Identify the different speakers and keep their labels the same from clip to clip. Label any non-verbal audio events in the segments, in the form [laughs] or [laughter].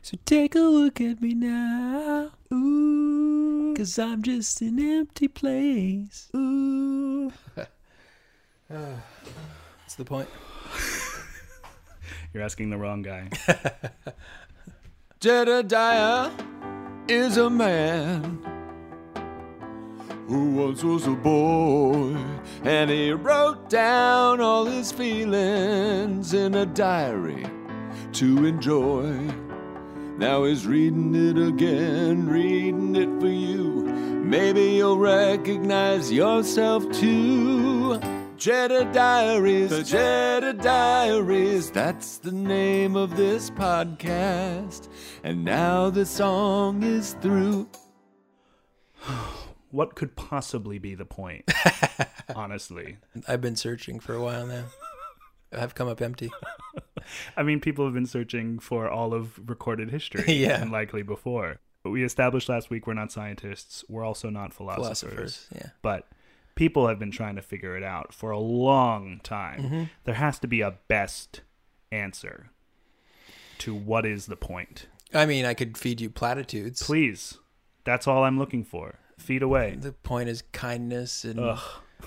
Speaker 1: So take a look at me now. Ooh. Cause I'm just an empty place.
Speaker 2: Ooh. [laughs] That's the point.
Speaker 3: You're asking the wrong
Speaker 1: [laughs]
Speaker 3: guy.
Speaker 2: Jedediah is a man who once was a boy, and he wrote down all his feelings in a diary to enjoy. Now he's reading it again, reading it for you. Maybe you'll recognize yourself too. Jeddah Diaries, the Jeddah Diaries, that's the name of this podcast. And now the song is through.
Speaker 3: What could possibly be the
Speaker 1: [laughs]
Speaker 3: point? Honestly.
Speaker 1: I've been searching for a while now. I've come
Speaker 3: [laughs]
Speaker 1: up empty.
Speaker 3: I mean, people have been searching for all of recorded history.
Speaker 1: [laughs] Yeah.
Speaker 3: And likely before. But we established last week we're not scientists. We're also not philosophers.
Speaker 1: Philosophers, yeah.
Speaker 3: But people have been trying to figure it out for a long time.
Speaker 1: Mm-hmm.
Speaker 3: There has to be a best answer to what is the point.
Speaker 1: I mean, I could feed you platitudes.
Speaker 3: Please. That's all I'm looking for. Feet
Speaker 1: [laughs]
Speaker 3: away.
Speaker 1: The point is kindness and
Speaker 3: Ugh.
Speaker 1: [laughs]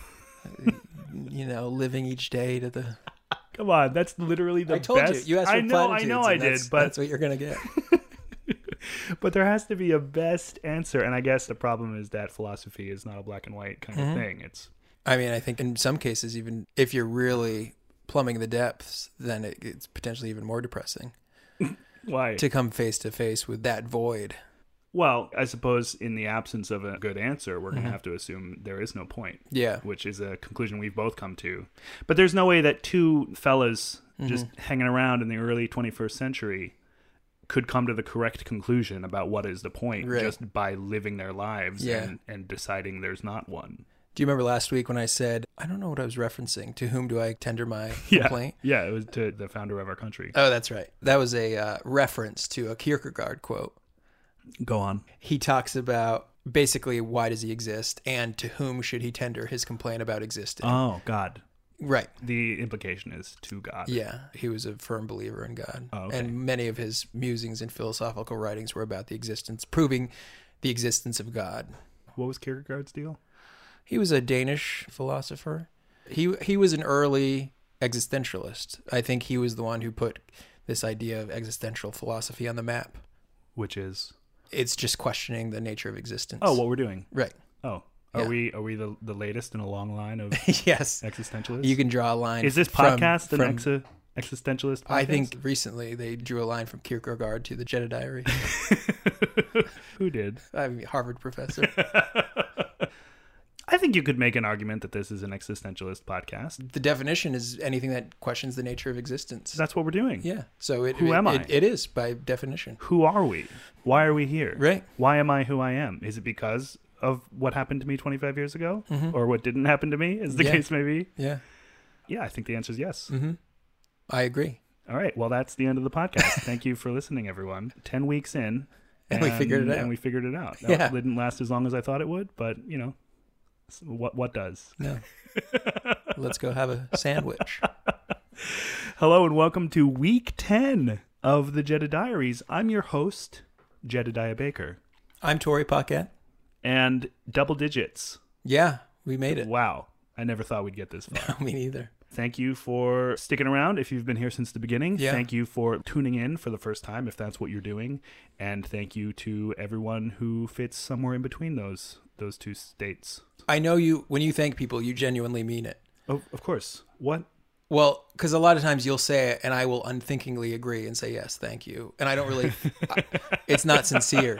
Speaker 1: you know living each day to the.
Speaker 3: Come on, that's literally the
Speaker 1: I told
Speaker 3: best.
Speaker 1: you. You asked for
Speaker 3: I know, I
Speaker 1: platitudes.
Speaker 3: know,
Speaker 1: and
Speaker 3: I did,
Speaker 1: that's-
Speaker 3: but
Speaker 1: that's what you're
Speaker 3: [laughs]
Speaker 1: gonna get.
Speaker 3: but there has to be a best answer and i guess the problem is that philosophy is not a black and white kind
Speaker 1: Mm-hmm.
Speaker 3: of thing it's
Speaker 1: I mean, I think in some cases, even if you're really plumbing the depths, then it, it's potentially even more depressing
Speaker 3: why
Speaker 1: to come face to face with that void.
Speaker 3: well i suppose in the absence of a good answer we're going to have to assume there is no point
Speaker 1: Mm-hmm. Yeah.
Speaker 3: which is a conclusion we've both come to but there's no way that two fellas just
Speaker 1: Mm-hmm.
Speaker 3: hanging around in the early 21st century could come to the correct conclusion about what is the point
Speaker 1: Right.
Speaker 3: just by living their lives
Speaker 1: Yeah.
Speaker 3: and, and deciding there's not one
Speaker 1: Do you remember last week when I said, I don't know what I was referencing? To whom do I tender my
Speaker 3: [laughs] yeah
Speaker 1: complaint?
Speaker 3: yeah it was to the founder of our country
Speaker 1: Oh, that's right. That was a uh, reference to a Kierkegaard quote.
Speaker 3: go on
Speaker 1: He talks about basically why does he exist and to whom should he tender his complaint about existing.
Speaker 3: oh god
Speaker 1: right.
Speaker 3: The implication is to God.
Speaker 1: Yeah, he was a firm believer in God.
Speaker 3: Oh, okay.
Speaker 1: And many of his musings and philosophical writings were about the existence, proving the existence of God.
Speaker 3: What was Kierkegaard's deal?
Speaker 1: He was a Danish philosopher. He he was an early existentialist. I think he was the one who put this idea of existential philosophy on the map.
Speaker 3: Which is
Speaker 1: It's just questioning the nature of existence.
Speaker 3: oh, what we're doing. [laughs]
Speaker 1: right.
Speaker 3: Oh, are
Speaker 1: Yeah.
Speaker 3: we are we the, the latest in a long line
Speaker 1: [laughs]
Speaker 3: of
Speaker 1: yes.
Speaker 3: existentialists?
Speaker 1: You can draw a line.
Speaker 3: is this
Speaker 1: from-
Speaker 3: podcast
Speaker 1: from-
Speaker 3: an exi- existentialist? Podcast?
Speaker 1: I think recently they drew a line from Kierkegaard to the Jeddah Diary.
Speaker 3: [laughs] who did?
Speaker 1: I'm a
Speaker 3: [laughs]
Speaker 1: Harvard professor.
Speaker 3: I think you could make an argument that this is an existentialist podcast.
Speaker 1: the definition is anything that questions the nature of existence.
Speaker 3: That's what we're doing.
Speaker 1: yeah. So it,
Speaker 3: Who
Speaker 1: it-
Speaker 3: am I?
Speaker 1: it- it is by definition.
Speaker 3: Who are we? Why are we here?
Speaker 1: Right.
Speaker 3: Why am I who I am? Is it because of what happened to me 25 years ago, or what didn't happen to me, as the
Speaker 1: Mm-hmm. Yeah.
Speaker 3: case may be?
Speaker 1: Yeah.
Speaker 3: Yeah, I think the answer is yes.
Speaker 1: I agree.
Speaker 3: All right. Well, that's the end of the
Speaker 1: [laughs]
Speaker 3: podcast. Thank you for listening, everyone. Ten weeks in,
Speaker 1: And we figured it out.
Speaker 3: And we figured it out. That
Speaker 1: Yeah.
Speaker 3: didn't last as long as I thought it would, but you know, s- what what does? [laughs]
Speaker 1: No. Let's go have a sandwich.
Speaker 3: Hello and welcome to week ten of the Jeddah Diaries. I'm your host, Jedediah Baker,
Speaker 1: I'm Tori Pocket.
Speaker 3: and double digits.
Speaker 1: Yeah, we made it.
Speaker 3: Wow, I never thought we'd get this far.
Speaker 1: [laughs] Me neither.
Speaker 3: Thank you for sticking around if you've been here since the beginning.
Speaker 1: Yeah.
Speaker 3: Thank you for tuning in for the first time if that's what you're doing. And thank you to everyone who fits somewhere in between those those two states.
Speaker 1: I know you when you thank people, you genuinely mean it.
Speaker 3: Oh, of course. What?
Speaker 1: Well, because a lot of times you'll say it, and I will unthinkingly agree and say yes, thank you, and I
Speaker 3: [laughs]
Speaker 1: don't really. I- it's not sincere.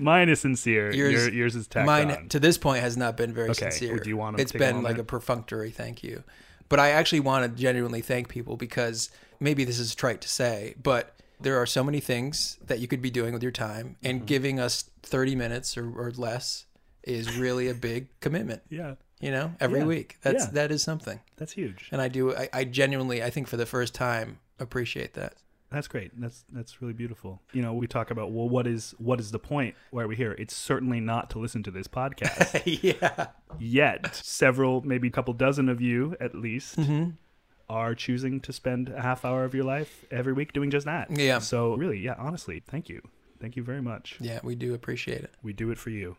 Speaker 3: Mine is sincere.
Speaker 1: Yours-
Speaker 3: Your, yours is tacked
Speaker 1: Mine
Speaker 3: on.
Speaker 1: to this point has not been very sincere.
Speaker 3: do you want to
Speaker 1: it's
Speaker 3: take a
Speaker 1: been
Speaker 3: moment?
Speaker 1: like a perfunctory thank you, but I actually want to genuinely thank people because maybe this is trite to say, but there are so many things that you could be doing with your time,
Speaker 3: Mm-hmm.
Speaker 1: and giving us thirty minutes or, or less is really a big commitment.
Speaker 3: yeah,
Speaker 1: You know, every
Speaker 3: Yeah.
Speaker 1: week that's
Speaker 3: Yeah.
Speaker 1: that is something,
Speaker 3: that's huge.
Speaker 1: and I do. I, I genuinely, I think for the first time, appreciate that.
Speaker 3: That's great. That's that's really beautiful. You know, we talk about well, what is what is the point? Why are we here? It's certainly not to listen to this podcast. [laughs]
Speaker 1: yeah,
Speaker 3: yet. Several, maybe a couple dozen of you at least are choosing to spend a half hour of your life every week doing just that.
Speaker 1: Yeah.
Speaker 3: So really, yeah, honestly, thank you. Thank you very much.
Speaker 1: Yeah, we do appreciate it.
Speaker 3: We do it for you.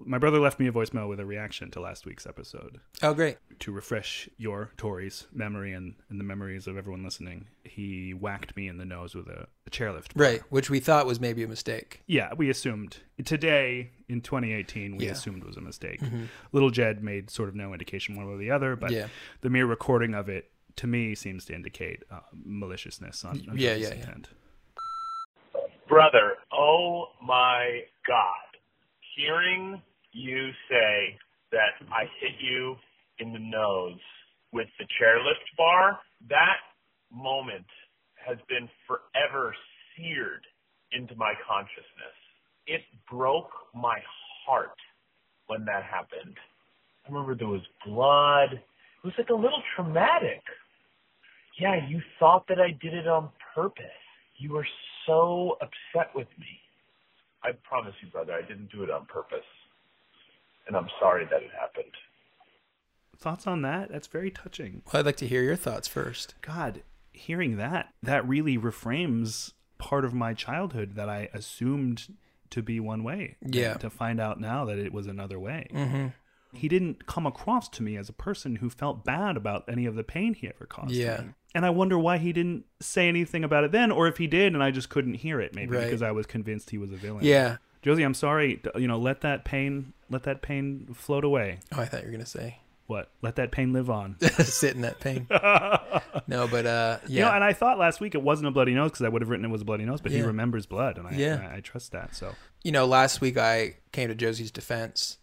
Speaker 3: My brother left me a voicemail with a reaction to last week's episode
Speaker 1: Oh, great.
Speaker 3: to refresh your Tori's memory and, and the memories of everyone listening. He whacked me in the nose with a, a chairlift.
Speaker 1: Right, which we thought was maybe a mistake.
Speaker 3: Yeah, we assumed today in 2018 we
Speaker 1: Yeah. Mm-hmm.
Speaker 3: assumed was a mistake. Little Jed made sort of no indication one way or the other, but
Speaker 1: Yeah.
Speaker 3: the mere recording of it to me seems to indicate uh, maliciousness on, on
Speaker 1: Yeah,
Speaker 3: Joey's
Speaker 1: yeah, yeah.
Speaker 3: intent.
Speaker 4: brother, oh my God. Hearing you say that I hit you in the nose with the chairlift bar, that moment has been forever seared into my consciousness. It broke my heart when that happened. I remember there was blood. It was like a little traumatic yeah, you thought that I did it on purpose. You were so upset with me. I promise you, brother, I didn't do it on purpose. And I'm sorry that it happened.
Speaker 3: Thoughts on that? That's very touching.
Speaker 1: Well, I'd like to hear your thoughts first.
Speaker 3: God, hearing that, that really reframes part of my childhood that I assumed to be one way.
Speaker 1: Yeah. Mm-hmm.
Speaker 3: And To find out now that it was another way. He didn't come across to me as a person who felt bad about any of the pain he ever caused.
Speaker 1: Yeah.
Speaker 3: me. And I wonder why he didn't say anything about it then, or if he did and I just couldn't hear it, maybe
Speaker 1: Right.
Speaker 3: because I was convinced he was a villain.
Speaker 1: Yeah.
Speaker 3: Josie, I'm sorry. D- You know, let that pain, let that pain float away.
Speaker 1: Oh, I thought you were gonna say
Speaker 3: What? Let that pain live on.
Speaker 1: sit in
Speaker 3: [laughs]
Speaker 1: that pain. no, but uh, yeah,
Speaker 3: You know, and I thought last week it wasn't a bloody nose because I would have written it was a bloody nose, but he
Speaker 1: Yeah.
Speaker 3: remembers blood, and I,
Speaker 1: Yeah.
Speaker 3: I, I trust that. So
Speaker 1: you know, last week I came to Josie's defense.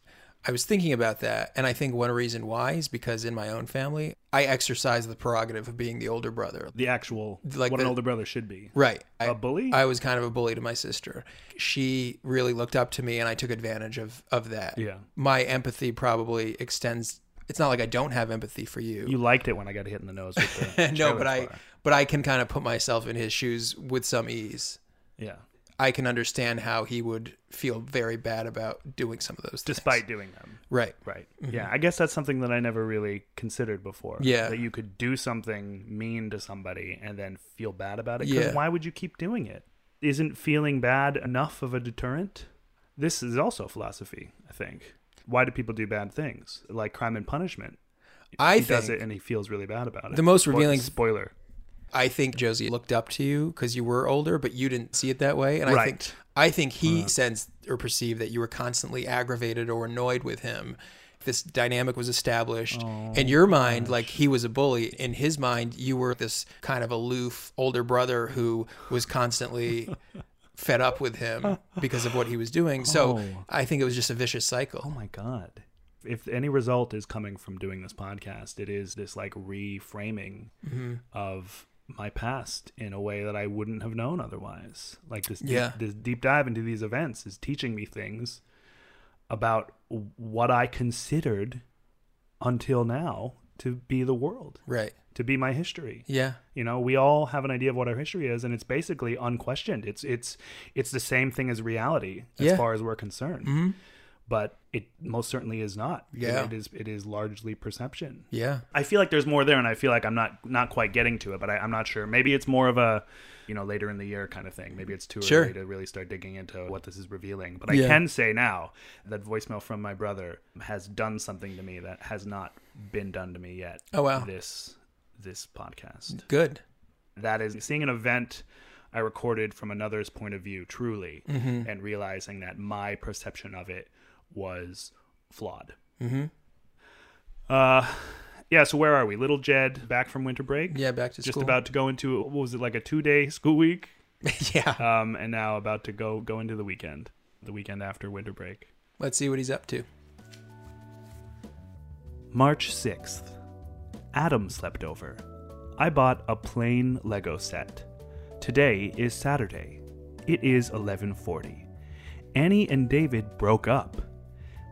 Speaker 1: I was thinking about that, and I think one reason why is because in my own family, I exercise the prerogative of being the older brother.
Speaker 3: the actual
Speaker 1: Like
Speaker 3: what an
Speaker 1: the-
Speaker 3: older brother should be.
Speaker 1: Right. I-
Speaker 3: A bully?
Speaker 1: I was kind of a bully to my sister. She really looked up to me, and I took advantage of of that.
Speaker 3: Yeah.
Speaker 1: My empathy probably extends. It's not like I don't have empathy for you.
Speaker 3: You liked it when I got hit in the nose.
Speaker 1: [laughs]
Speaker 3: With the
Speaker 1: no, but
Speaker 3: trailer
Speaker 1: [laughs] I
Speaker 3: fire.
Speaker 1: but I can kind of put myself in his shoes with some ease.
Speaker 3: yeah,
Speaker 1: I can understand how he would feel very bad about doing some of those things.
Speaker 3: despite doing them.
Speaker 1: right.
Speaker 3: Right. Yeah, I guess that's something that I never really considered before.
Speaker 1: Mm-hmm. Yeah.
Speaker 3: that you could do something mean to somebody and then feel bad about it. 'Cause
Speaker 1: Yeah.
Speaker 3: why would you keep doing it? Isn't feeling bad enough of a deterrent? This is also a philosophy, I think. Why do people do bad things like crime and punishment?
Speaker 1: I
Speaker 3: he does
Speaker 1: think
Speaker 3: it and he feels really bad about it.
Speaker 1: The most
Speaker 3: Spoil-
Speaker 1: revealing-
Speaker 3: spoiler.
Speaker 1: I think Josie looked up to you because you were older, but you didn't see it that way. And I think
Speaker 3: Right.
Speaker 1: I think he sensed or perceived that you were constantly aggravated or annoyed with him. This dynamic was established in your mind, like he was a bully. In his mind, you were this kind of aloof older brother who
Speaker 3: [laughs]
Speaker 1: was constantly fed up with him because of what he was doing. So I think it was just a vicious
Speaker 3: Oh
Speaker 1: cycle.
Speaker 3: my god. If any result is coming from doing this podcast, it is this like reframing
Speaker 1: Mm-hmm.
Speaker 3: of my past in a way that I wouldn't have known otherwise. Like this deep,
Speaker 1: Yeah.
Speaker 3: this deep dive into these events is teaching me things about what I considered until now to be the world,
Speaker 1: Right.
Speaker 3: to be my history.
Speaker 1: Yeah.
Speaker 3: You know, we all have an idea of what our history is, and it's basically unquestioned. It's it's it's the same thing as reality as
Speaker 1: Yeah. Mm-hmm.
Speaker 3: far as we're concerned. But it most certainly is not. It-
Speaker 1: Yeah.
Speaker 3: it is. It is largely perception.
Speaker 1: Yeah.
Speaker 3: I feel like there's more there, and I feel like I'm not not quite getting to it, but I, I'm not sure. Maybe it's more of a, you know, later in the year kind of thing. Maybe it's too
Speaker 1: Sure.
Speaker 3: early to really start digging into what this is revealing. But I
Speaker 1: Yeah.
Speaker 3: can say now that voicemail from my brother has done something to me that has not been done to me yet.
Speaker 1: Oh, wow.
Speaker 3: This this podcast
Speaker 1: Good.
Speaker 3: that is seeing an event I recorded from another's point of view truly
Speaker 1: Mm-hmm.
Speaker 3: and realizing that my perception of it was flawed. Mm-hmm. Uh, yeah, so where are we? Little Jed back from winter break?
Speaker 1: Yeah. Back to
Speaker 3: Just
Speaker 1: school.
Speaker 3: about to go into, what was it, like a two day school week?
Speaker 1: [laughs] yeah.
Speaker 3: Um, and now about to go, go into the weekend, the weekend after winter break.
Speaker 1: Let's see what he's up to.
Speaker 3: March 6th. Adam slept over. I bought a plain Lego set. Today is Saturday. It is 11:40. Annie and David broke up.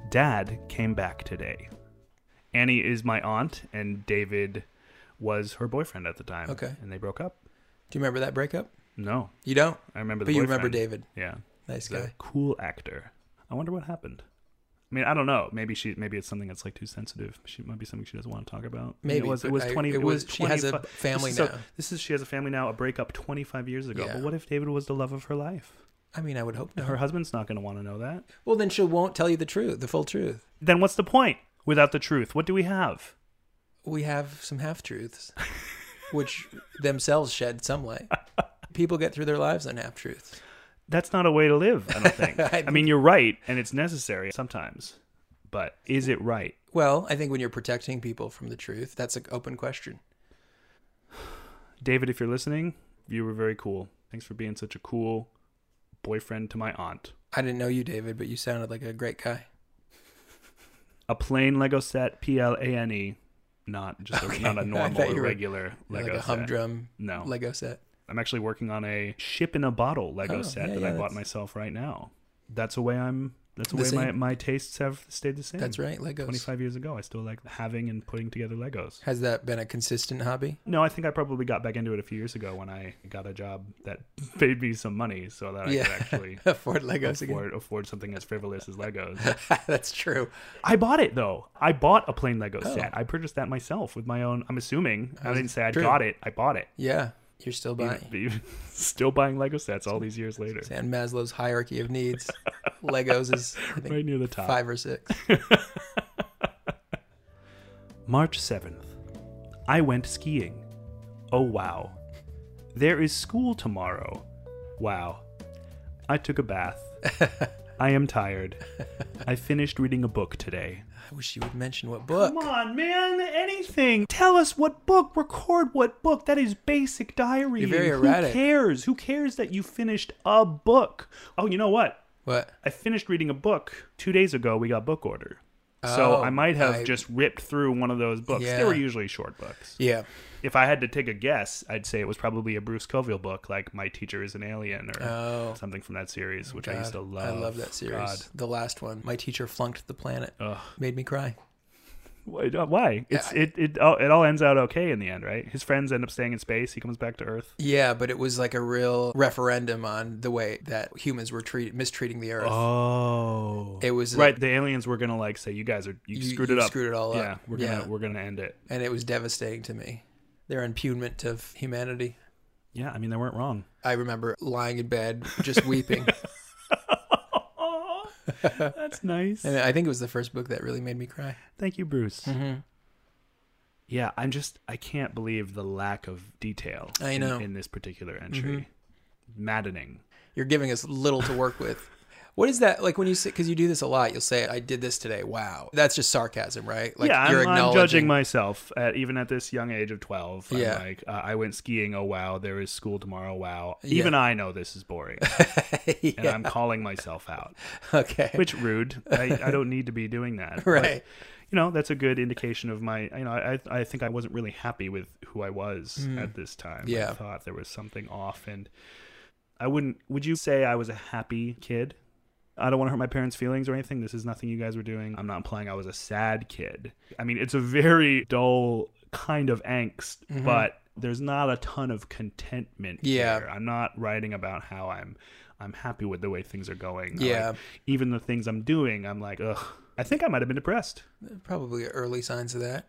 Speaker 3: Dad came back today. Annie is my aunt and David was her boyfriend at the time.
Speaker 1: Okay.
Speaker 3: And they broke up?
Speaker 1: Do you remember that breakup?
Speaker 3: No.
Speaker 1: You don't?
Speaker 3: I remember the
Speaker 1: But you remember
Speaker 3: boyfriend.
Speaker 1: David.
Speaker 3: Yeah.
Speaker 1: Nice
Speaker 3: He's a
Speaker 1: guy.
Speaker 3: cool actor. I wonder what happened. I mean, I don't know. Maybe she. Maybe it's something that's like too sensitive. She might be something she doesn't want to talk about. I mean,
Speaker 1: Maybe,
Speaker 3: it was. It
Speaker 1: but
Speaker 3: was
Speaker 1: I-
Speaker 3: twenty.
Speaker 1: it
Speaker 3: was.
Speaker 1: was- she has a
Speaker 3: 25
Speaker 1: family
Speaker 3: this is, so-
Speaker 1: now.
Speaker 3: this is she has a family now. A breakup twenty five years ago.
Speaker 1: Yeah. Uh-huh.
Speaker 3: But what if David was the love of her life?
Speaker 1: I mean, I would hope not.
Speaker 3: Her husband's not going to want to know that.
Speaker 1: Well, then she won't tell you the truth, the full truth.
Speaker 3: Then what's the point? Without the truth, what do we have?
Speaker 1: We have some
Speaker 3: [laughs]
Speaker 1: half truths, which themselves shed some light. People get through their lives on half truths.
Speaker 3: That's not a way to live. I don't think.
Speaker 1: [laughs] I
Speaker 3: I, mean, you're right, and it's necessary sometimes. But is it right?
Speaker 1: Well, I think when you're protecting people from the truth, that's an open question.
Speaker 3: David, if you're listening, you were very cool. Thanks for being such a cool boyfriend to my aunt.
Speaker 1: I didn't know you, David, but you sounded like a great guy.
Speaker 3: A plain Lego set, P L A N E, not just a, not
Speaker 1: [laughs] I
Speaker 3: a normal
Speaker 1: thought you
Speaker 3: or
Speaker 1: were-
Speaker 3: regular
Speaker 1: You're
Speaker 3: Lego
Speaker 1: like a
Speaker 3: set.
Speaker 1: humdrum
Speaker 3: No.
Speaker 1: Lego set.
Speaker 3: I'm actually working on a ship in a bottle Lego
Speaker 1: Oh,
Speaker 3: set
Speaker 1: yeah,
Speaker 3: that
Speaker 1: yeah,
Speaker 3: I bought
Speaker 1: that's-
Speaker 3: myself right now. That's a way I'm. That's a
Speaker 1: The
Speaker 3: way my,
Speaker 1: same.
Speaker 3: my tastes have stayed the same.
Speaker 1: That's right, Legos.
Speaker 3: 25 years ago, I still like having and putting together Legos.
Speaker 1: Has that been a consistent hobby?
Speaker 3: No, I think I probably got back into it a few years ago when I got a job that [laughs] paid me some money so that I
Speaker 1: yeah.
Speaker 3: could actually
Speaker 1: [laughs] Afford Legos
Speaker 3: afford, afford something as frivolous as Legos.
Speaker 1: [laughs] again. that's true.
Speaker 3: I bought it though. I bought a plain Lego
Speaker 1: Oh.
Speaker 3: set. I purchased that myself with my own. I'm assuming I didn't say I
Speaker 1: true.
Speaker 3: got it. I bought it.
Speaker 1: Yeah. You're still buying.
Speaker 3: [laughs] Even- Still buying Lego sets all these years
Speaker 1: [laughs]
Speaker 3: later.
Speaker 1: And Maslow's hierarchy of needs. Legos is I think,
Speaker 3: Right near the top.
Speaker 1: five or six.
Speaker 3: March 7th. I went skiing. Oh wow. There is school tomorrow. Wow. I took a
Speaker 1: [laughs]
Speaker 3: bath. I am tired. I finished reading a book today.
Speaker 1: I wish you would mention what book.
Speaker 3: Come on, man. Anything. Tell us what book. Record what book. That is basic diary.
Speaker 1: You're very
Speaker 3: Who
Speaker 1: erratic.
Speaker 3: cares? Who cares that you finished a book? Oh, you know what?
Speaker 1: What?
Speaker 3: I finished reading a book two days ago. We got book order. So
Speaker 1: Oh,
Speaker 3: I might have
Speaker 1: I-
Speaker 3: just ripped through one of those books. They
Speaker 1: Yeah.
Speaker 3: were usually short books.
Speaker 1: Yeah.
Speaker 3: If I had to take a guess, I'd say it was probably a Bruce Coville book, like My Teacher is an Alien or
Speaker 1: Oh.
Speaker 3: something from that series, which I used to
Speaker 1: God,
Speaker 3: love.
Speaker 1: I love that series.
Speaker 3: God.
Speaker 1: The last one. My teacher flunked the planet.
Speaker 3: Ugh.
Speaker 1: Made me cry.
Speaker 3: Why? not- why? It's
Speaker 1: I-
Speaker 3: it it all, it all ends out okay in the end, right? His friends end up staying in space. He comes back to Earth.
Speaker 1: Yeah, but it was like a real referendum on the way that humans were treat- mistreating the earth.
Speaker 3: Oh,
Speaker 1: It was
Speaker 3: right. The aliens were gonna like say, "You guys are you,
Speaker 1: You-
Speaker 3: screwed
Speaker 1: you
Speaker 3: it up.
Speaker 1: screwed it all
Speaker 3: yeah,
Speaker 1: up.
Speaker 3: We're gonna
Speaker 1: Yeah.
Speaker 3: we're gonna end it.
Speaker 1: and it was devastating to me. Their impugnment of humanity.
Speaker 3: Yeah, I mean they weren't [laughs] wrong.
Speaker 1: I remember lying in bed
Speaker 3: [laughs]
Speaker 1: just weeping.
Speaker 3: Oh, that's nice.
Speaker 1: And I think it was the first book that really made me cry.
Speaker 3: Thank you, Bruce. Yeah, I'm just I can't believe the lack of detail.
Speaker 1: I
Speaker 3: in-
Speaker 1: know.
Speaker 3: in, this particular entry, Mm-hmm. maddening.
Speaker 1: You're giving us little to work with. What is that like when you say? Because you do this a lot. You'll say, "I did this today." Wow, that's just sarcasm, right? Like
Speaker 3: yeah,
Speaker 1: you're
Speaker 3: I'm, I'm
Speaker 1: acknowledging-
Speaker 3: judging myself at even at this young age of 12. I'm
Speaker 1: Yeah.
Speaker 3: like, uh, I went skiing. Oh wow, there is school tomorrow. Wow, even I know this is boring,
Speaker 1: [laughs]
Speaker 3: and I'm calling myself out.
Speaker 1: [laughs] Okay,
Speaker 3: Which rude. I, I don't need to be doing that. But,
Speaker 1: [laughs] right?
Speaker 3: you know, that's a good indication of my. You know, I I think I wasn't really happy with who I was at this time. I
Speaker 1: Hmm. Yeah.
Speaker 3: thought there was something off, and I wouldn't. Would you say I was a happy kid? I don't want to hurt my parents' feelings or anything. This is nothing you guys were doing. I'm not implying I was a sad kid. I mean, it's a very dull kind of angst, but there's not a ton of contentment
Speaker 1: Mm-hmm. Yeah.
Speaker 3: here. I'm not writing about how I'm I'm happy with the way things are going. I
Speaker 1: Yeah.
Speaker 3: like- even the things I'm doing, I'm like, ugh. I think I might have been depressed.
Speaker 1: Probably early signs of that.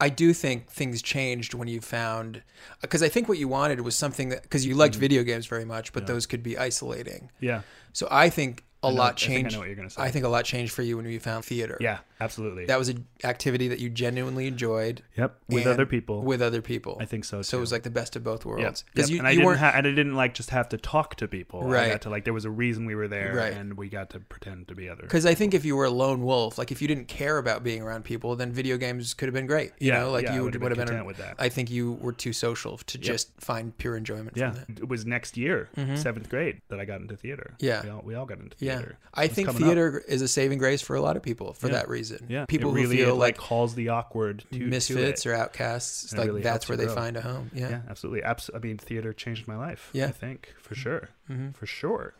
Speaker 1: I do think things changed when you found because I think what you wanted was something that because you
Speaker 3: Mm-hmm.
Speaker 1: liked video games very much, but those could be isolating.
Speaker 3: Yeah.
Speaker 1: So I think a
Speaker 3: know- I
Speaker 1: lot
Speaker 3: think I know
Speaker 1: changed.
Speaker 3: what you're gonna say.
Speaker 1: I think a lot changed for you when you found theater.
Speaker 3: Yeah, absolutely.
Speaker 1: that was an activity that you genuinely enjoyed
Speaker 3: yep, with
Speaker 1: and
Speaker 3: other people.
Speaker 1: With other people,
Speaker 3: I think so,
Speaker 1: So it was
Speaker 3: too.
Speaker 1: like the best of both
Speaker 3: yep,
Speaker 1: worlds
Speaker 3: yep.
Speaker 1: because you,
Speaker 3: and I
Speaker 1: you
Speaker 3: didn't
Speaker 1: weren't
Speaker 3: ha- and I didn't like just have to talk to people. I
Speaker 1: Right.
Speaker 3: got to like there was a reason we were there,
Speaker 1: Right.
Speaker 3: and we got to pretend to be other.
Speaker 1: because I think if you were a lone wolf, like if you didn't care about being around people, then video games could have been great. You
Speaker 3: Yeah,
Speaker 1: know, like
Speaker 3: yeah, I
Speaker 1: you
Speaker 3: would've
Speaker 1: would
Speaker 3: been
Speaker 1: have been.
Speaker 3: content with that.
Speaker 1: I think you were too social to just find pure enjoyment
Speaker 3: Yeah,
Speaker 1: from that. Mm-hmm.
Speaker 3: it was next year, seventh grade, that I got into theater.
Speaker 1: Yeah.
Speaker 3: we all, we all got into
Speaker 1: Yeah,
Speaker 3: theater.
Speaker 1: I
Speaker 3: It's
Speaker 1: think
Speaker 3: coming up.
Speaker 1: theater is a saving grace for a lot of people for that reason.
Speaker 3: Yeah,
Speaker 1: people
Speaker 3: it really,
Speaker 1: who feel
Speaker 3: it,
Speaker 1: like,
Speaker 3: calls the awkward to to it.
Speaker 1: misfits or outcasts,
Speaker 3: And it
Speaker 1: like
Speaker 3: really helps
Speaker 1: that's where
Speaker 3: you
Speaker 1: they
Speaker 3: grow.
Speaker 1: find a home. Yeah.
Speaker 3: yeah, absolutely. Abs- I mean, theater changed my life.
Speaker 1: Yeah. Mm-hmm.
Speaker 3: I think for sure, for sure,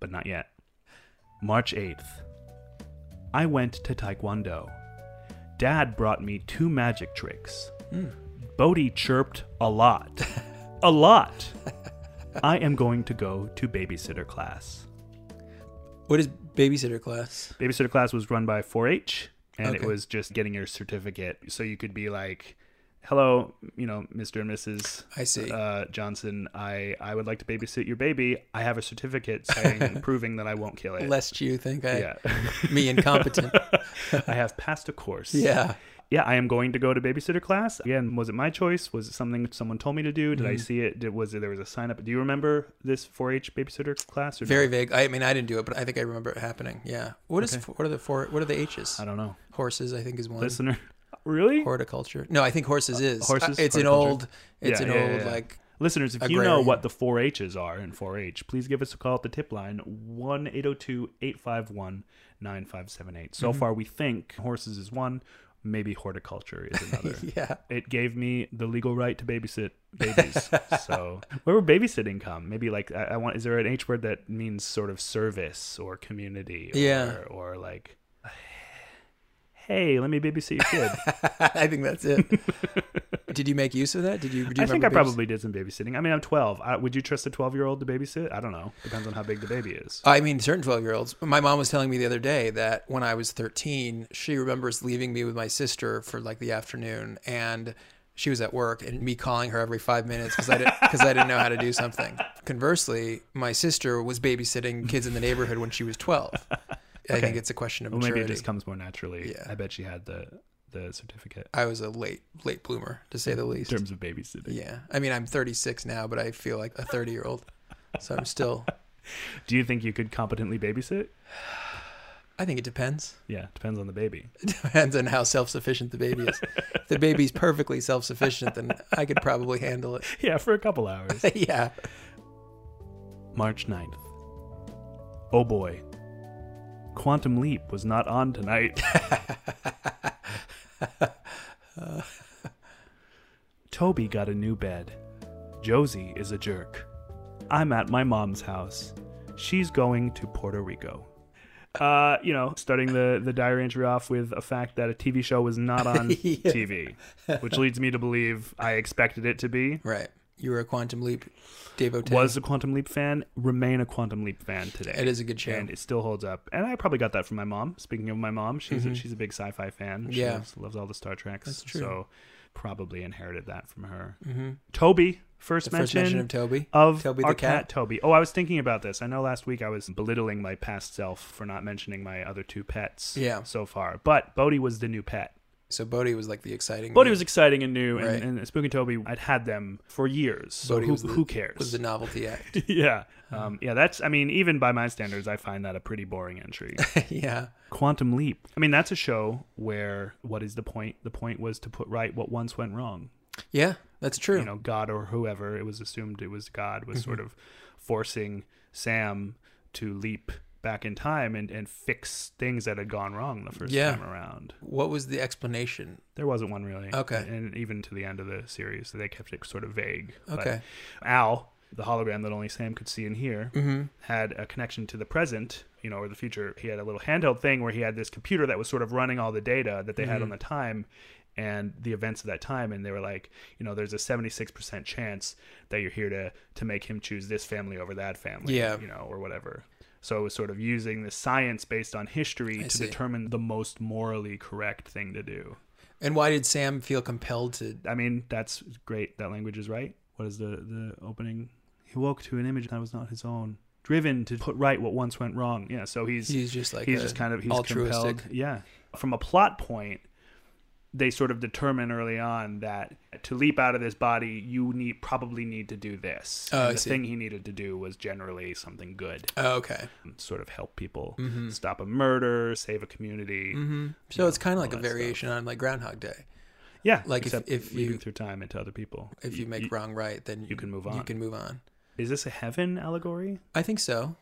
Speaker 3: but not yet. March eighth, I went to Taekwondo. Dad brought me two magic tricks.
Speaker 1: Mm.
Speaker 3: Bodhi chirped a
Speaker 1: [laughs]
Speaker 3: lot, a lot. I am going to go to babysitter class.
Speaker 1: What is babysitter class?
Speaker 3: Babysitter class was run by 4-H, and it
Speaker 1: Okay.
Speaker 3: was just getting your certificate, so you could be like, "Hello, you know, Mr. and Mrs.
Speaker 1: I see.
Speaker 3: uh, Johnson. I I would like to babysit your baby. I have a
Speaker 1: [laughs]
Speaker 3: certificate saying proving that I won't kill it.
Speaker 1: Lest you think I,
Speaker 3: yeah, [laughs]
Speaker 1: me incompetent.
Speaker 3: I have passed a course.
Speaker 1: yeah.
Speaker 3: yeah, I am going to go to babysitter class. Again, was it my choice? Was it something someone told me to do? Did
Speaker 1: Mm-hmm.
Speaker 3: I see it? Did, was it, there was a sign up? Do you remember this 4-H babysitter class? Or no?
Speaker 1: Very vague. I mean, I didn't do it, but I think I remember it happening. Yeah. What is? What are the four? What are the H's?
Speaker 3: I don't know,
Speaker 1: Horses, I think, is one.
Speaker 3: listener. [laughs] Really?
Speaker 1: Horticulture. No, I think horses is.
Speaker 3: horses,
Speaker 1: Uh, It's an
Speaker 3: horticulture.
Speaker 1: old. It's
Speaker 3: Yeah,
Speaker 1: an
Speaker 3: yeah,
Speaker 1: old
Speaker 3: yeah, yeah.
Speaker 1: like. [laughs]
Speaker 3: Listeners, if you know
Speaker 1: agrarian.
Speaker 3: what the 4 H's are in 4 H, please give us a call at the tip line oh 1 802 851 9578. So
Speaker 1: Mm-hmm.
Speaker 3: far, we think horses is one, maybe horticulture is another.
Speaker 1: [laughs] Yeah.
Speaker 3: It gave me the legal right to babysit
Speaker 1: [laughs]
Speaker 3: babies. so, where would babysitting come? Maybe like, I, I want, is there an H word that means sort of service or community? Or,
Speaker 1: Yeah.
Speaker 3: Or like, [sighs] hey, let me babysit your
Speaker 1: [laughs]
Speaker 3: kid.
Speaker 1: I think
Speaker 3: [laughs]
Speaker 1: that's it. did you make use of that? Did you? Do you
Speaker 3: I think I
Speaker 1: remember babys-
Speaker 3: probably did some babysitting. I mean, I'm 12. I, would you trust a 12 year old to babysit? I don't know. Depends on how big the baby is.
Speaker 1: I mean, certain 12 year olds. My mom was telling me the other day that when I was 13, she remembers leaving me with my sister for like the afternoon and she was at work and me calling her every five minutes because I, didn't, 'cause I didn't know how to do something. Conversely, my sister was babysitting kids in the neighborhood when she was 12. I think it's a question of
Speaker 3: Well, maybe
Speaker 1: maturity.
Speaker 3: it just comes more naturally.
Speaker 1: Yeah.
Speaker 3: I bet she had the the certificate
Speaker 1: I was a late, late bloomer, to say the least.
Speaker 3: in terms of babysitting.
Speaker 1: Yeah. I mean, I'm 36 now, but I feel like a 30 year old. So I'm still,
Speaker 3: Do you think you could competently babysit?
Speaker 1: I think it depends.
Speaker 3: Yeah, depends on the baby. [laughs]
Speaker 1: depends on how self sufficient the baby is. if the baby's perfectly self sufficient, then I could probably handle it.
Speaker 3: yeah, for a couple hours. [laughs]
Speaker 1: yeah.
Speaker 3: March 9th. Oh boy. Quantum Leap was not on tonight. Toby got a new bed. Josie is a jerk. I'm at my mom's house. She's going to Puerto Rico. Uh, you know, starting the, the diary entry off with a fact that a TV show was not on TV, which leads me to believe I expected it to be
Speaker 1: Right. You were a quantum leap devotee.
Speaker 3: was a Quantum Leap fan, remain a Quantum Leap fan today.
Speaker 1: It is a good show.
Speaker 3: and it still holds up. And I probably got that from my mom. Speaking of my mom, she's a, she's a big sci-fi fan. She
Speaker 1: Mm-hmm. Yeah.
Speaker 3: loves, loves all the Star Treks. That's
Speaker 1: true. Mm-hmm.
Speaker 3: So probably inherited that from her. Toby, first
Speaker 1: First
Speaker 3: mention.
Speaker 1: mention of Toby.
Speaker 3: of
Speaker 1: Toby
Speaker 3: our
Speaker 1: the cat.
Speaker 3: Toby. Oh, I was thinking about this. I know last week I was belittling my past self for not mentioning my other two pets
Speaker 1: Yeah.
Speaker 3: so far. But Bodhi was the new pet.
Speaker 1: So Bodhi was like the exciting.
Speaker 3: Bodhi was exciting and new, and,
Speaker 1: Right.
Speaker 3: and Spook and Toby, I'd had them for years. So
Speaker 1: Bodhi
Speaker 3: who,
Speaker 1: was the-
Speaker 3: who cares? [laughs]
Speaker 1: was the Uh-huh. novelty act. [laughs]
Speaker 3: yeah. Um, yeah, that's, I mean, even by my standards, I find that a pretty boring entry.
Speaker 1: yeah.
Speaker 3: Quantum Leap. I mean, that's a show where what is the point? The point was to put right what once went wrong.
Speaker 1: Yeah. That's true.
Speaker 3: You know, God or whoever, it was assumed it was God, was sort of forcing Sam to leap back in time and, and fix things that had gone wrong the first
Speaker 1: Yeah.
Speaker 3: time around.
Speaker 1: what was the explanation?
Speaker 3: There wasn't one really.
Speaker 1: Okay.
Speaker 3: And even to the end of the series, they kept it sort of vague. But
Speaker 1: Okay.
Speaker 3: Al, the hologram that only Sam could see and hear,
Speaker 1: Mm-hmm.
Speaker 3: had a connection to the present, you know, or the future. He had a little handheld thing where he had this computer that was sort of running all the data that they had
Speaker 1: Mm-hmm.
Speaker 3: on the time and the events of that time and they were like you know there's a 76% chance that you're here to to make him choose this family over that family
Speaker 1: Yeah.
Speaker 3: you know or whatever so it was sort of using the science based on history to
Speaker 1: see.
Speaker 3: determine the most morally correct thing to do
Speaker 1: And why did Sam feel compelled to?
Speaker 3: I mean, that's great. That language is right. What is the the opening? He woke to an image that was not his own, driven to put right what once went wrong. Yeah, so he's
Speaker 1: He's just like
Speaker 3: he's
Speaker 1: a
Speaker 3: just kind of he's
Speaker 1: altruistic.
Speaker 3: compelled. Yeah, from a plot point, they sort of determine early on that to leap out of this body, you need probably need to do this.
Speaker 1: Oh,
Speaker 3: And
Speaker 1: I
Speaker 3: the
Speaker 1: see.
Speaker 3: thing he needed to do was generally something good,
Speaker 1: Oh, okay.
Speaker 3: sort of help people,
Speaker 1: Mm-hmm.
Speaker 3: stop a murder, save a community.
Speaker 1: So it's kind of like a variation on like Groundhog Day.
Speaker 3: Yeah,
Speaker 1: Like, if-
Speaker 3: except
Speaker 1: if
Speaker 3: leaping
Speaker 1: you-
Speaker 3: through time into other people,
Speaker 1: If you make wrong right, then you
Speaker 3: can move
Speaker 1: You
Speaker 3: on.
Speaker 1: can move on.
Speaker 3: Is this a heaven allegory?
Speaker 1: I think so.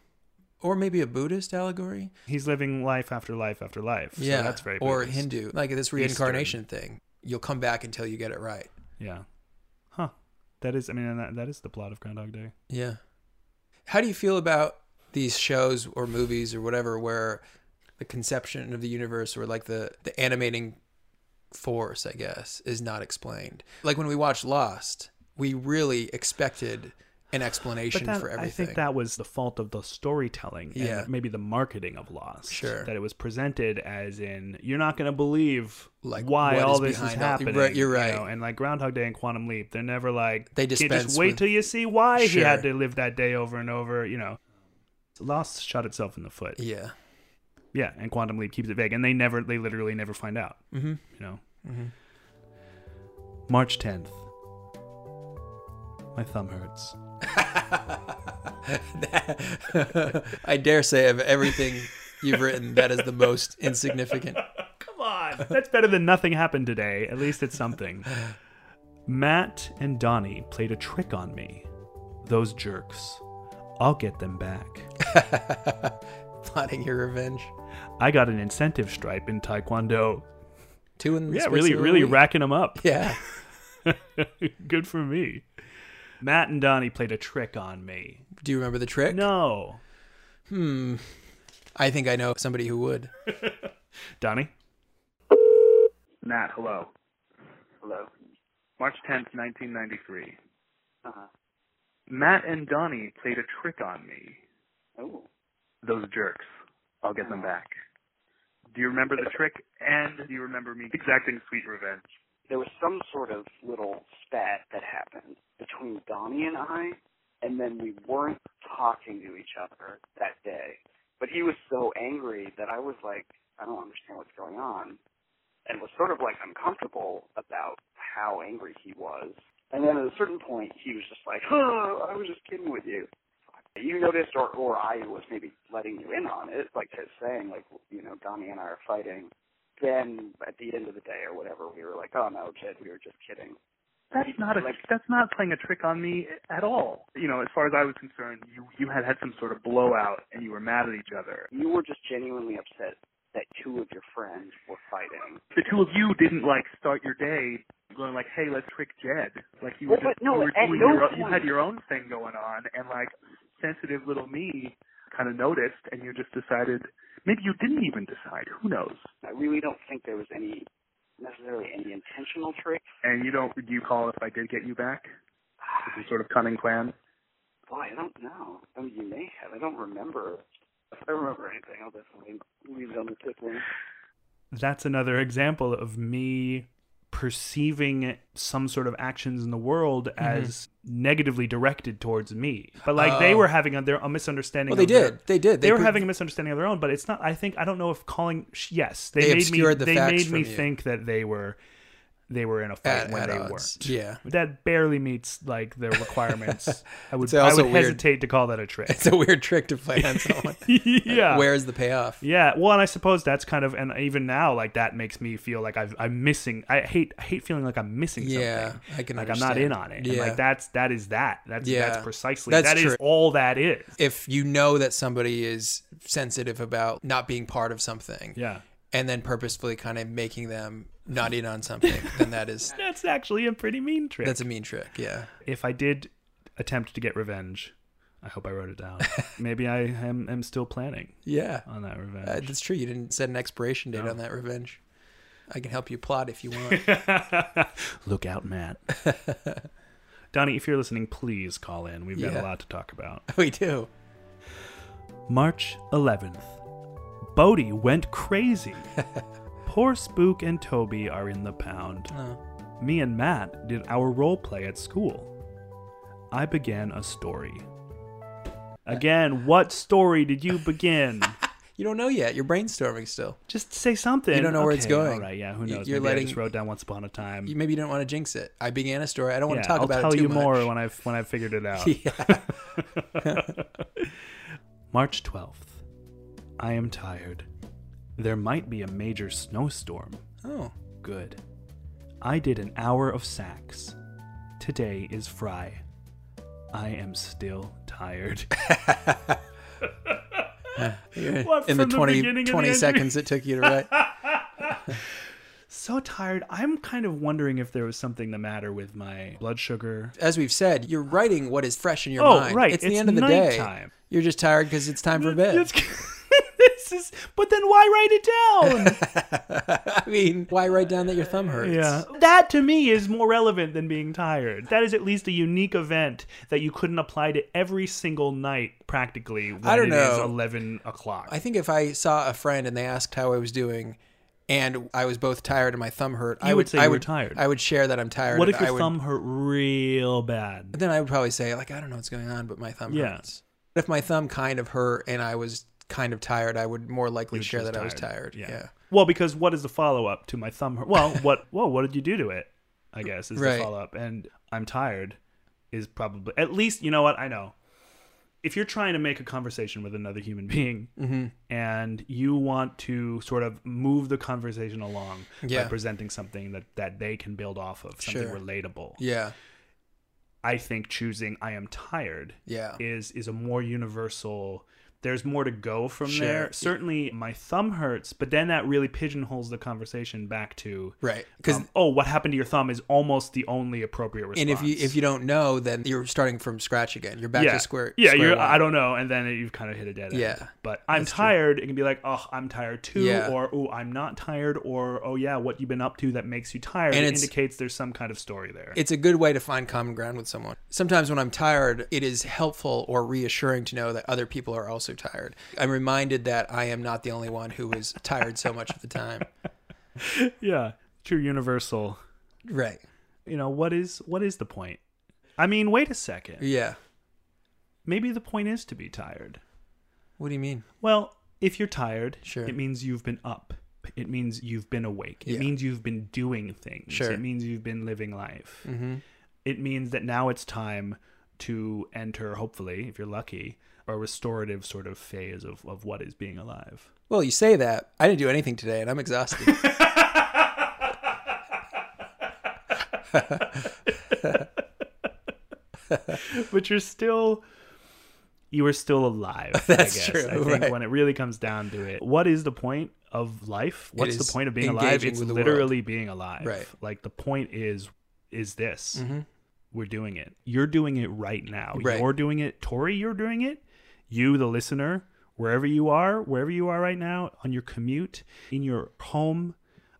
Speaker 1: Or maybe a Buddhist allegory.
Speaker 3: He's living life after life after life.
Speaker 1: Yeah,
Speaker 3: so that's very
Speaker 1: or
Speaker 3: Buddhist.
Speaker 1: Hindu, like this reincarnation thing. You'll come back until you get it right.
Speaker 3: Yeah, huh? That is, I mean, that, that is the plot of Groundhog Day.
Speaker 1: Yeah. How do you feel about these shows or movies or whatever where the conception of the universe or like the the animating force, I guess, is not explained? Like when we watched Lost, we really expected an explanation
Speaker 3: that,
Speaker 1: for
Speaker 3: I
Speaker 1: everything.
Speaker 3: think that was the fault of the storytelling
Speaker 1: Yeah.
Speaker 3: and maybe the marketing of Lost.
Speaker 1: Sure.
Speaker 3: That it was presented as in you're not going to believe
Speaker 1: Like,
Speaker 3: why
Speaker 1: what
Speaker 3: all
Speaker 1: is
Speaker 3: this is
Speaker 1: behind all- You're
Speaker 3: happening.
Speaker 1: right- you're
Speaker 3: you
Speaker 1: right.
Speaker 3: know, and like Groundhog Day and Quantum Leap, they're never like
Speaker 1: They
Speaker 3: "Okay,
Speaker 1: dispense
Speaker 3: Just wait
Speaker 1: with-
Speaker 3: till you see why he had
Speaker 1: Sure.
Speaker 3: to live that day over and over. You know, Lost shot itself in the foot.
Speaker 1: yeah.
Speaker 3: Yeah, and Quantum Leap keeps it vague, and they never, they literally never find out. Mm-hmm. You know, March 10th. My thumb [laughs] hurts.
Speaker 1: [laughs] I dare say of everything you've written, that is the most insignificant.
Speaker 3: Come on, that's better than nothing happened today. At least it's [laughs] something. Matt and Donnie played a trick on me. Those jerks. I'll get them back.
Speaker 1: Plotting your revenge.
Speaker 3: I got an incentive stripe in Taekwondo.
Speaker 1: Two in the
Speaker 3: Yeah,
Speaker 1: space
Speaker 3: really,
Speaker 1: of a
Speaker 3: really
Speaker 1: week.
Speaker 3: racking them [laughs] up.
Speaker 1: Yeah.
Speaker 3: Good for me. Matt and Donnie played a trick on me.
Speaker 1: Do you remember the trick?
Speaker 3: No.
Speaker 1: I think I know somebody who would.
Speaker 3: Donnie?
Speaker 5: Matt, hello.
Speaker 6: Hello.
Speaker 5: March 10th, 1993.
Speaker 6: Uh-huh.
Speaker 5: Matt and Donnie played a trick on me.
Speaker 6: Oh.
Speaker 5: Those jerks. I'll get them back. Do you remember the trick? And do you remember me exacting sweet revenge?
Speaker 6: There was some sort of little spat that happened between Donnie and I, and then we weren't talking to each other that day. But he was so angry that I was like, I don't understand what's going on, and was sort of like uncomfortable about how angry he was. And then at a certain point, he was just like, oh, I was just kidding with you. You noticed, or, or I was maybe letting you in on it, like just saying, like, you know, Donnie and I are fighting then at the end of the day or whatever, we were like, "Oh no, kid, we were just kidding."
Speaker 5: That's not a
Speaker 6: Like-
Speaker 5: that's not playing a trick on me at all. You know, as far as I was concerned, you you had had some sort of blowout and you were mad at each other.
Speaker 6: You were just genuinely upset that two of your friends were fighting.
Speaker 5: The two of you didn't like start your day going like, "Hey, let's trick Jed." Like you were
Speaker 6: Well,
Speaker 5: just
Speaker 6: but no,
Speaker 5: you, were
Speaker 6: at
Speaker 5: doing
Speaker 6: no
Speaker 5: your, own- you
Speaker 6: point-
Speaker 5: had your own thing going on, and like sensitive little me kind of noticed, and you just decided. Maybe you didn't even decide. Who knows?
Speaker 6: I really don't think there was any necessarily any intentional trick. [sighs]
Speaker 5: And you don't. Do you call if I did get you back? Some sort of cunning plan.
Speaker 6: Boy, I don't know. I mean, you may have. I don't remember. If I remember anything, I'll definitely leave it on the tip list.
Speaker 3: that's another example of me perceiving some sort of actions in the world as negatively directed towards me. But like they
Speaker 1: Mm-hmm. Oh.
Speaker 3: were having a, their a misunderstanding.
Speaker 1: Well, they
Speaker 3: of their-
Speaker 1: did. They did.
Speaker 3: They, were
Speaker 1: put-
Speaker 3: having a misunderstanding of their own, but it's not. I think I don't know if calling. sh- Yes, they,
Speaker 1: They
Speaker 3: made me.
Speaker 1: obscured the
Speaker 3: they
Speaker 1: facts
Speaker 3: made me
Speaker 1: from you.
Speaker 3: think that they were they were in a fight
Speaker 1: At-
Speaker 3: when
Speaker 1: at
Speaker 3: they
Speaker 1: odds.
Speaker 3: weren't.
Speaker 1: Yeah.
Speaker 3: that barely meets like the
Speaker 1: [laughs]
Speaker 3: requirements. I would.
Speaker 1: It's
Speaker 3: I
Speaker 1: also
Speaker 3: would
Speaker 1: weird.
Speaker 3: hesitate to call that a trick.
Speaker 1: [laughs] It's a weird trick to play on someone.
Speaker 3: [laughs] yeah.
Speaker 1: Where is the payoff?
Speaker 3: Yeah, well, and I suppose that's kind of, and even now, like that makes me feel like I've, I'm missing. I hate, I hate feeling like I'm missing
Speaker 1: Yeah,
Speaker 3: something.
Speaker 1: I can
Speaker 3: like I'm not
Speaker 1: understand.
Speaker 3: in on it. And,
Speaker 1: Yeah.
Speaker 3: like that's that is that. That's
Speaker 1: Yeah.
Speaker 3: that's precisely
Speaker 1: That's
Speaker 3: that is
Speaker 1: true.
Speaker 3: all that is.
Speaker 1: If you know that somebody is sensitive about not being part of something,
Speaker 3: Yeah,
Speaker 1: and then purposefully kind of making them not in on something, then
Speaker 3: [laughs]
Speaker 1: that is
Speaker 3: that's actually a pretty mean trick.
Speaker 1: that's a mean trick. Yeah.
Speaker 3: if I did attempt to get revenge, I hope I wrote it
Speaker 1: [laughs]
Speaker 3: down. Maybe I am, am still planning
Speaker 1: Yeah.
Speaker 3: on that revenge.
Speaker 1: Uh, that's true. You didn't set an expiration date on that revenge. I can help you plot if
Speaker 3: [laughs]
Speaker 1: you want.
Speaker 3: [laughs]
Speaker 1: [laughs]
Speaker 3: Look out, Matt. Donnie, if you're listening, please call in. We've got
Speaker 1: Yeah.
Speaker 3: a lot to talk about.
Speaker 1: we do.
Speaker 3: March 11th. Bodie went
Speaker 1: [laughs]
Speaker 3: crazy. Poor Spook and Toby are in the pound.
Speaker 1: Oh.
Speaker 3: Me and Matt did our role play at school. I began a story. Again, what story did you
Speaker 1: [laughs]
Speaker 3: begin?
Speaker 1: You don't know yet. You're brainstorming still.
Speaker 3: just say something.
Speaker 1: You don't know where it's
Speaker 3: Okay,
Speaker 1: going.
Speaker 3: All right, yeah, who
Speaker 1: You-
Speaker 3: knows?
Speaker 1: you're
Speaker 3: Maybe I
Speaker 1: letting-
Speaker 3: just wrote down once upon a time.
Speaker 1: You, maybe you don't want to jinx it. I began a story. I don't
Speaker 3: Um,
Speaker 1: want
Speaker 3: yeah,
Speaker 1: to talk
Speaker 3: I'll
Speaker 1: about
Speaker 3: tell
Speaker 1: it too
Speaker 3: you
Speaker 1: much.
Speaker 3: more when I've when I've figured it
Speaker 1: [laughs]
Speaker 3: out.
Speaker 1: yeah.
Speaker 3: March 12th. I am tired. There might be a major snowstorm.
Speaker 1: Oh.
Speaker 3: Good. I did an hour of sacks. Today is fry. I am still tired. [laughs] What, from
Speaker 1: in
Speaker 3: the
Speaker 1: the 20,
Speaker 3: beginning of the
Speaker 1: 20
Speaker 3: entry?
Speaker 1: seconds it took you to write.
Speaker 3: [laughs] so tired. I'm kind of wondering if there was something the matter with my blood sugar.
Speaker 1: As we've said, you're writing what is fresh in your
Speaker 3: Oh,
Speaker 1: mind.
Speaker 3: right.
Speaker 1: It's, the
Speaker 3: It's
Speaker 1: end of the
Speaker 3: nighttime. [laughs]
Speaker 1: day. You're just tired because it's time for bed. [laughs]
Speaker 3: It's- this this is. But then why write
Speaker 1: [laughs]
Speaker 3: it down?
Speaker 1: I mean, why write down that your thumb hurts?
Speaker 3: Yeah. That to me is more relevant than being tired. That is at least a unique event that you couldn't apply to every single night practically when
Speaker 1: I don't
Speaker 3: it is
Speaker 1: know.
Speaker 3: 11 o'clock.
Speaker 1: I think if I saw a friend and they asked how I was doing, and I was both tired and my thumb hurt, I
Speaker 3: You would
Speaker 1: would
Speaker 3: say
Speaker 1: I
Speaker 3: you were
Speaker 1: would
Speaker 3: tired.
Speaker 1: I would share that I'm tired.
Speaker 3: what
Speaker 1: and
Speaker 3: if your
Speaker 1: I would-
Speaker 3: thumb hurt real bad?
Speaker 1: Then I would probably say like I don't know what's going on, but my thumb
Speaker 3: Yeah.
Speaker 1: hurts. If my thumb kind of hurt and I was kind of tired, I would more likely
Speaker 3: You're
Speaker 1: share that
Speaker 3: just
Speaker 1: I was tired. Yeah.
Speaker 3: Well, because what is the follow up to my thumb hurt? Well, what whoa, what did you do to it? I guess is
Speaker 1: Right.
Speaker 3: the follow up. And I'm tired is probably at least you know what I know. If you're trying to make a conversation with another human being
Speaker 1: Mm-hmm.
Speaker 3: and you want to sort of move the conversation along by
Speaker 1: Yeah.
Speaker 3: presenting something that, that they can build off of, something
Speaker 1: Sure.
Speaker 3: relatable,
Speaker 1: Yeah.
Speaker 3: I think choosing I am tired
Speaker 1: Yeah.
Speaker 3: is is a more universal there's more to go from
Speaker 1: Sure.
Speaker 3: there certainly my thumb hurts but then that really pigeonholes the conversation back to
Speaker 1: Right. Because
Speaker 3: um, oh what happened to your thumb is almost the only appropriate response
Speaker 1: and if you if you don't know, then you're starting from scratch again. You're back
Speaker 3: yeah
Speaker 1: to square.
Speaker 3: yeah
Speaker 1: square
Speaker 3: you're
Speaker 1: one.
Speaker 3: i don't know and then you've kind of hit a dead end
Speaker 1: Yeah,
Speaker 3: but i'm
Speaker 1: that's true.
Speaker 3: tired it can be like oh i'm tired too
Speaker 1: Yeah.
Speaker 3: or oh i'm not tired or oh yeah what you've been up to that makes you tired
Speaker 1: And
Speaker 3: it
Speaker 1: it's-
Speaker 3: indicates there's some kind of story there
Speaker 1: It's a good way to find common ground with someone. Sometimes when I'm tired, it is helpful or reassuring to know that other people are also tired. I'm reminded that I am not the only one who is tired so much of the time.
Speaker 3: [laughs] yeah true universal
Speaker 1: [laughs] Right.
Speaker 3: you know what is what is the point i mean wait a second
Speaker 1: Yeah.
Speaker 3: Maybe the point is to be tired.
Speaker 1: What do you mean?
Speaker 3: Well, if you're tired,
Speaker 1: Sure.
Speaker 3: it means you've been up. It means you've been awake. It
Speaker 1: Yeah.
Speaker 3: means you've been doing things.
Speaker 1: Sure. Mm-hmm.
Speaker 3: It means you've been living life. It means that now it's time to enter, hopefully, if you're lucky, a restorative sort of phase of, of what is being alive.
Speaker 1: Well, you say that. I didn't do anything today and I'm [laughs] exhausted.
Speaker 3: [laughs] but you're still you are still
Speaker 1: [laughs]
Speaker 3: alive. I
Speaker 1: That's
Speaker 3: guess.
Speaker 1: true,
Speaker 3: I think
Speaker 1: right.
Speaker 3: when it really comes down to it, what is the point of life? What's the
Speaker 1: is
Speaker 3: point of being alive?
Speaker 1: engaging
Speaker 3: It's
Speaker 1: with the
Speaker 3: literally being alive.
Speaker 1: Right. Mm-hmm.
Speaker 3: Like the point is is this. We're doing it. You're doing it right now.
Speaker 1: Right.
Speaker 3: You're doing it. Tori, you're doing it. You, the listener, wherever you are, wherever you are right now, on your commute, in your home,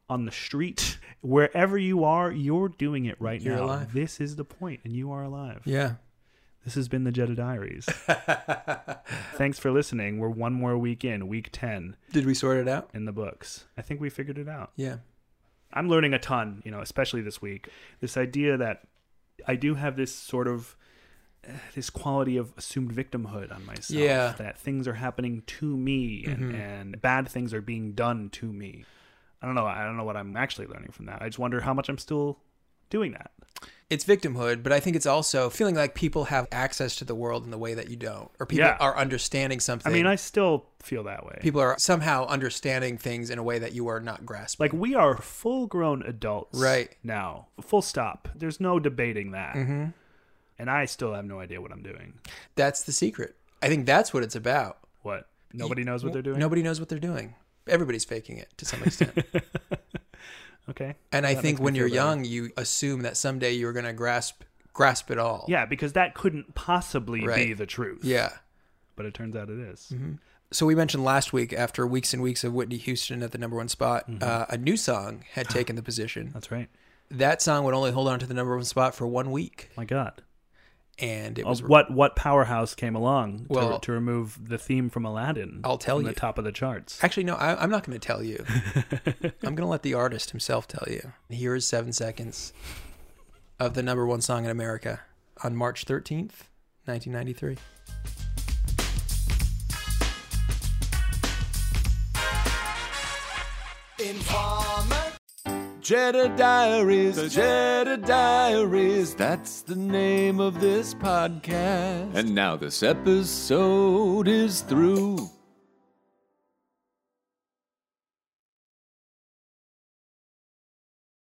Speaker 3: on the street, [laughs] wherever you are, you're doing it right
Speaker 1: You're
Speaker 3: now.
Speaker 1: alive.
Speaker 3: This is the point, and you are alive.
Speaker 1: [laughs] yeah.
Speaker 3: This has been the Jedi Diaries. Thanks for listening. We're one more week in, week 10
Speaker 1: Did we sort it out?
Speaker 3: in the books. I think we figured it out.
Speaker 1: Yeah.
Speaker 3: I'm learning a ton, you know, especially this week. This idea that I do have this sort of eh, this quality of assumed victimhood on myself
Speaker 1: Yeah.
Speaker 3: that things are happening to me and, and bad things are being done to me. I don't know. I don't know what I'm actually learning from that. I just wonder how much I'm still doing that.
Speaker 1: It's victimhood, but I think it's also feeling like people have access to the world in the way that you don't, or people
Speaker 3: Yeah.
Speaker 1: are understanding something.
Speaker 3: I mean, I still feel that way.
Speaker 1: people are somehow understanding things in a way that you are not grasping.
Speaker 3: Like we are full grown adults
Speaker 1: Right. Mm-hmm.
Speaker 3: now. Full stop. There's no debating that. And I still have no idea what I'm doing.
Speaker 1: that's the secret. I think that's what it's about.
Speaker 3: What? Nobody knows what they're doing.
Speaker 1: Nobody knows what they're doing. Everybody's faking it to
Speaker 3: [laughs]
Speaker 1: some extent.
Speaker 3: Okay.
Speaker 1: and I
Speaker 3: That makes
Speaker 1: think
Speaker 3: me
Speaker 1: when
Speaker 3: feel
Speaker 1: you're
Speaker 3: better.
Speaker 1: young, you assume that someday you're going to grasp grasp it all.
Speaker 3: Yeah, because that couldn't possibly be
Speaker 1: Right.
Speaker 3: the truth.
Speaker 1: Yeah. Mm-hmm.
Speaker 3: But it turns out it is.
Speaker 1: So we mentioned last week, after weeks and weeks of Whitney Houston at the number one spot,
Speaker 3: Mm-hmm.
Speaker 1: uh, a new song
Speaker 3: [gasps]
Speaker 1: had taken the position.
Speaker 3: That's right.
Speaker 1: That song would only hold on to the number one spot for one week,
Speaker 3: My God.
Speaker 1: and it
Speaker 3: Uh,
Speaker 1: was
Speaker 3: what what powerhouse came along
Speaker 1: Well-
Speaker 3: to, to remove the theme from Aladdin?
Speaker 1: I'll tell
Speaker 3: from
Speaker 1: you.
Speaker 3: the top of the charts.
Speaker 1: actually no. I, I'm not going to tell you. I'm going to let the artist himself tell you. Here is seven seconds of the number one song in America on March 13th, 1993.
Speaker 2: Jedi Diaries, the Jedi Diaries, that's the name of this podcast. And now this episode is through.